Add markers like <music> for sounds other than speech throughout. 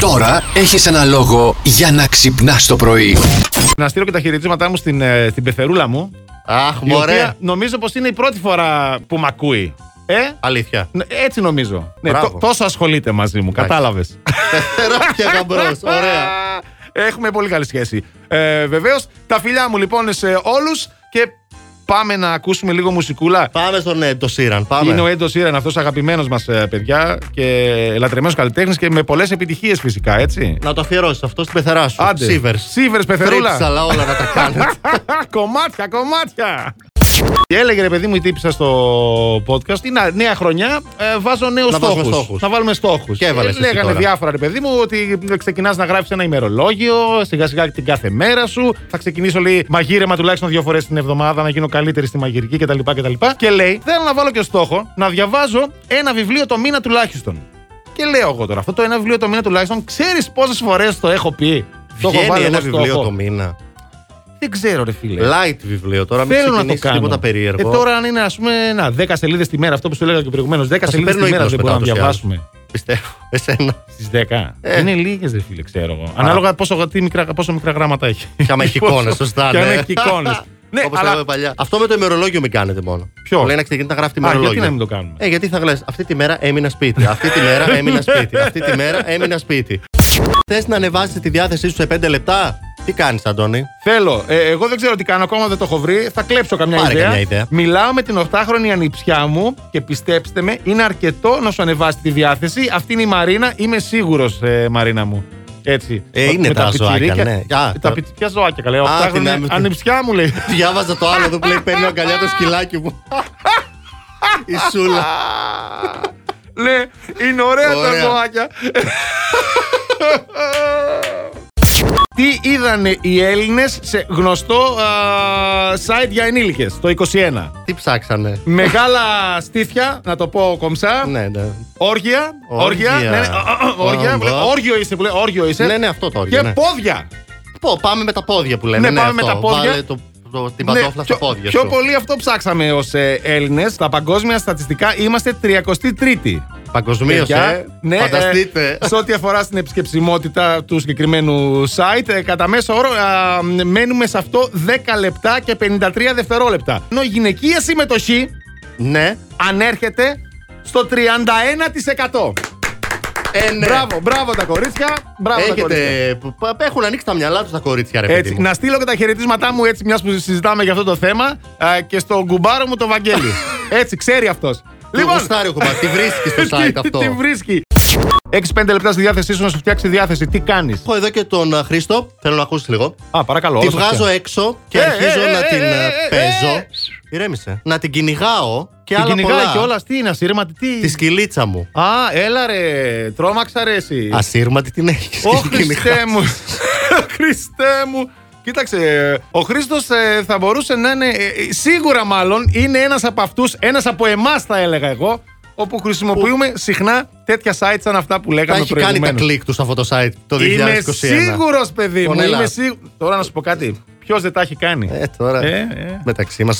Τώρα έχεις ένα λόγο για να ξυπνάς το πρωί. Να στείλω και τα χαιρετίσματά μου στην, ε, στην πεθερούλα μου. Αχ, Η οποία μωρέ. νομίζω πως είναι η πρώτη φορά που μ' ακούει. Ε, Αλήθεια. ναι, έτσι νομίζω. Ναι, Μπράβο. τό- τόσο ασχολείται μαζί μου, Εντάξει. κατάλαβες. Πεθερά και γαμπρός. Ωραία. <laughs> Έχουμε πολύ καλή σχέση. Ε, Βεβαίως, τα φιλιά μου λοιπόν σε όλους και πάμε να ακούσουμε λίγο μουσικούλα. Πάμε στον Έντο Σίραν. Πάμε. Είναι ο Έντο Ήραν, αυτός αγαπημένος μας ε, παιδιά και λατρεμένος καλλιτέχνης και με πολλές επιτυχίες φυσικά, έτσι. Να το αφιερώσεις αυτό στην πεθερά σου. Άντε. Σίβερ. Σίβερς, πεθερούλα. αλλά όλα <laughs> να τα κάνετε. κομμάτια, κομμάτια. Και έλεγε ρε παιδί μου η τύπησα στο podcast, είναι νέα χρονιά, ε, βάζω νέους Να στόχου. βάλουμε στόχους. Θα βάλουμε στόχους. Και έβαλες εσύ λέγανε τώρα. διάφορα ρε παιδί μου ότι ξεκινάς να γράφεις ένα ημερολόγιο, σιγά σιγά την κάθε μέρα σου. Θα ξεκινήσω λέει μαγείρεμα τουλάχιστον δύο φορές την εβδομάδα, να γίνω καλύτερη στη μαγειρική κτλ. κτλ. Και λέει, θέλω να βάλω και στόχο να διαβάζω ένα βιβλίο το μήνα τουλάχιστον. Και λέω εγώ τώρα, αυτό το ένα βιβλίο το μήνα τουλάχιστον, ξέρεις πόσες φορές το έχω πει. Το έχω Βγαίνει βάλει ένα εγώ στο βιβλίο έχω. το μήνα. Δεν ξέρω, ρε φίλε. Light βιβλίο. Τώρα μην Θέλω να το ξεκινήσεις κάνω. τίποτα περίεργο. Ε, τώρα, αν είναι ας πούμε να, 10 σελίδες τη μέρα, αυτό που σου έλεγα και προηγουμένως, 10 σε σελίδε παίρνει ο τη μέρα ύπνος δεν μετά, μπορούμε να ούτως ή άλλως. διαβάσουμε. Πιστεύω. <laughs> Εσένα. Στις 10. Ε. Είναι λίγες, ρε φίλε, ξέρω εγώ. Ανάλογα πόσο, τι μικρά, πόσο μικρά γράμματα έχει. Και άμα έχει εικόνες, σωστά. Και αν ναι. έχει εικόνες. <laughs> ναι, Όπως αλλά. λέγαμε παλιά. Αυτό με το ημερολόγιο μην κάνετε μόνο. Ποιο? Λέει να ξεκινήσει να γράφει Α, γιατί ημερολόγιο. να μην το κάνουμε. Ε, γιατί θα λε, αυτή τη μέρα έμεινα σπίτι. Αυτή τη μέρα έμεινα σπίτι. Αυτή τη μέρα έμεινα σπίτι. Θες να ανεβάσεις τη διάθεσή σου σε 5 λεπτά. Τι κάνεις, Αντώνη. Θέλω. Ε, εγώ δεν ξέρω τι κάνω, ακόμα δεν το έχω βρει. Θα κλέψω καμιά Πάρε ιδέα. καμιά ιδέα. Μιλάω με την 8χρονη ανιψιά μου και πιστέψτε με, είναι αρκετό να σου ανεβάσει τη διάθεση. Αυτή είναι η Μαρίνα, είμαι σίγουρος, ε, Μαρίνα μου. Έτσι. Ε, είναι τα ζωάκια, ναι. Α, Ε, τα, τα- πιτσι- Ποια ζωάκια, καλέ. 8χρονη την- ανιψιά μου λέει. Διάβαζα το άλλο εδώ που λέει παίρνει αγκαλιά το σκυλάκι μου. Η σούλα. Ναι, είναι ωραία, τα Ωραία. ζωάκια. Τι είδανε οι Έλληνες σε γνωστό α, site για ενήλικες το 21. Τι ψάξανε. Μεγάλα στήθια, να το πω κομψά. Ναι, ναι. Όργια. Όργια. Όργια. ναι, ναι, όργια, που λέει, Όργο. Όργιο είσαι που λέει. Όργιο είσαι. Ναι, ναι, αυτό το όργιο. Και ναι. πόδια. Πω, πάμε με τα πόδια που λέμε. Ναι, πάμε με αυτό. τα πόδια. Βάλε το, το, την Ναι, παντόφλα στα πιο- πόδια Πιο σου. πολύ αυτό ψάξαμε ως Έλληνε. Στα παγκόσμια στατιστικά είμαστε 33η. Παγκοσμίως, Παιδιά, ε. ναι, Φανταστείτε. ε, σε ό,τι αφορά στην επισκεψιμότητα του συγκεκριμένου site, ε, κατά μέσο όρο α, μ, μένουμε σε αυτό 10 λεπτά και 53 δευτερόλεπτα. Ενώ η γυναικεία συμμετοχή ναι. ανέρχεται στο 31%. Ε, ναι. Μπράβο, μπράβο τα κορίτσια. Μπράβο τα κορίτσια. Έχετε, που- που- έχουν ανοίξει τα μυαλά τους τα κορίτσια, ρε Έτσι, παιδί μου. να στείλω και τα χαιρετίσματά μου έτσι, μιας που συζητάμε για αυτό το θέμα α, και στον κουμπάρο μου το <laughs> Βαγγέλη. έτσι, ξέρει αυτός. Λοιπόν, γουστάρει ο κουμπάρ, τη βρίσκει <laughs> στο site αυτό. Την βρίσκει. 6-5 λεπτά στη διάθεσή σου να σου φτιάξει διάθεση. Τι κάνεις. Έχω εδώ και τον α, Χρήστο, θέλω να ακούσεις λίγο. Α, παρακαλώ. Τη όσα βγάζω πια. έξω και Ε, αρχίζω ε, να ε, την ε, α, ε, ε, ε. παίζω. Ηρέμησε. Να την κυνηγάω και Την ΕΕ, άλλα κυνηγάει πολλά. και όλα. Τι είναι, ασύρματη, τι. Τη σκυλίτσα μου. Α, έλα ρε. Τρόμαξα ρε εσύ. Ασύρματη την έχεις. Ω Ε. Χριστέ μου. <laughs> Χριστέ μου. Κοίταξε, ε, ο Χρήστος θα μπορούσε να είναι. ε, ε, Σίγουρα μάλλον είναι ένας από αυτούς, ένας από εμάς θα έλεγα εγώ, όπου χρησιμοποιούμε συχνά τέτοια site σαν αυτά που Τα λέγαμε έχει κάνει τα προηγουμένως. κλικ του σε αυτό το site το 2021. Είμαι σίγουρος, παιδί μου. Πονέλα. Είμαι σίγου- Τώρα να σου πω κάτι. Ποιος δεν τα έχει κάνει. Ε, τώρα. Ε, ε. Μεταξύ μας.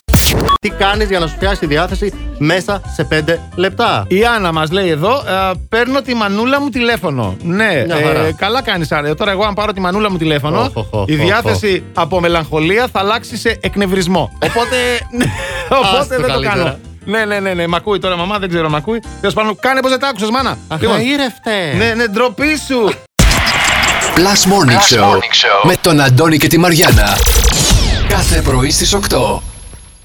Τι κάνεις για να σου πιάσει τη διάθεση μέσα σε 5 λεπτά. Η Άννα μας λέει εδώ, ε, παίρνω τη μανούλα μου τηλέφωνο. Ναι, Μια χαρά. ε, καλά κάνεις, Άννα. Τώρα, εγώ, αν πάρω τη μανούλα μου τηλέφωνο, Οχ, οχ, οχ, η οχ, διάθεση από μελαγχολία θα αλλάξει σε εκνευρισμό. Οπότε, <laughs> οπότε Άστο δεν το καλύτερα. κάνω. Ναι, ναι, ναι, ναι. Μ' ακούει τώρα, μαμά, δεν ξέρω, μ' ακούει. Τέλος πάντων, κάνε πως δεν τα άκουσες, μάνα. Λοιπόν, Αχαήρευτε. ναι, ναι, ντροπή σου. Plus Morning, Show, με τον Αντώνη και τη Μαριάνα. Κάθε πρωί στις 8.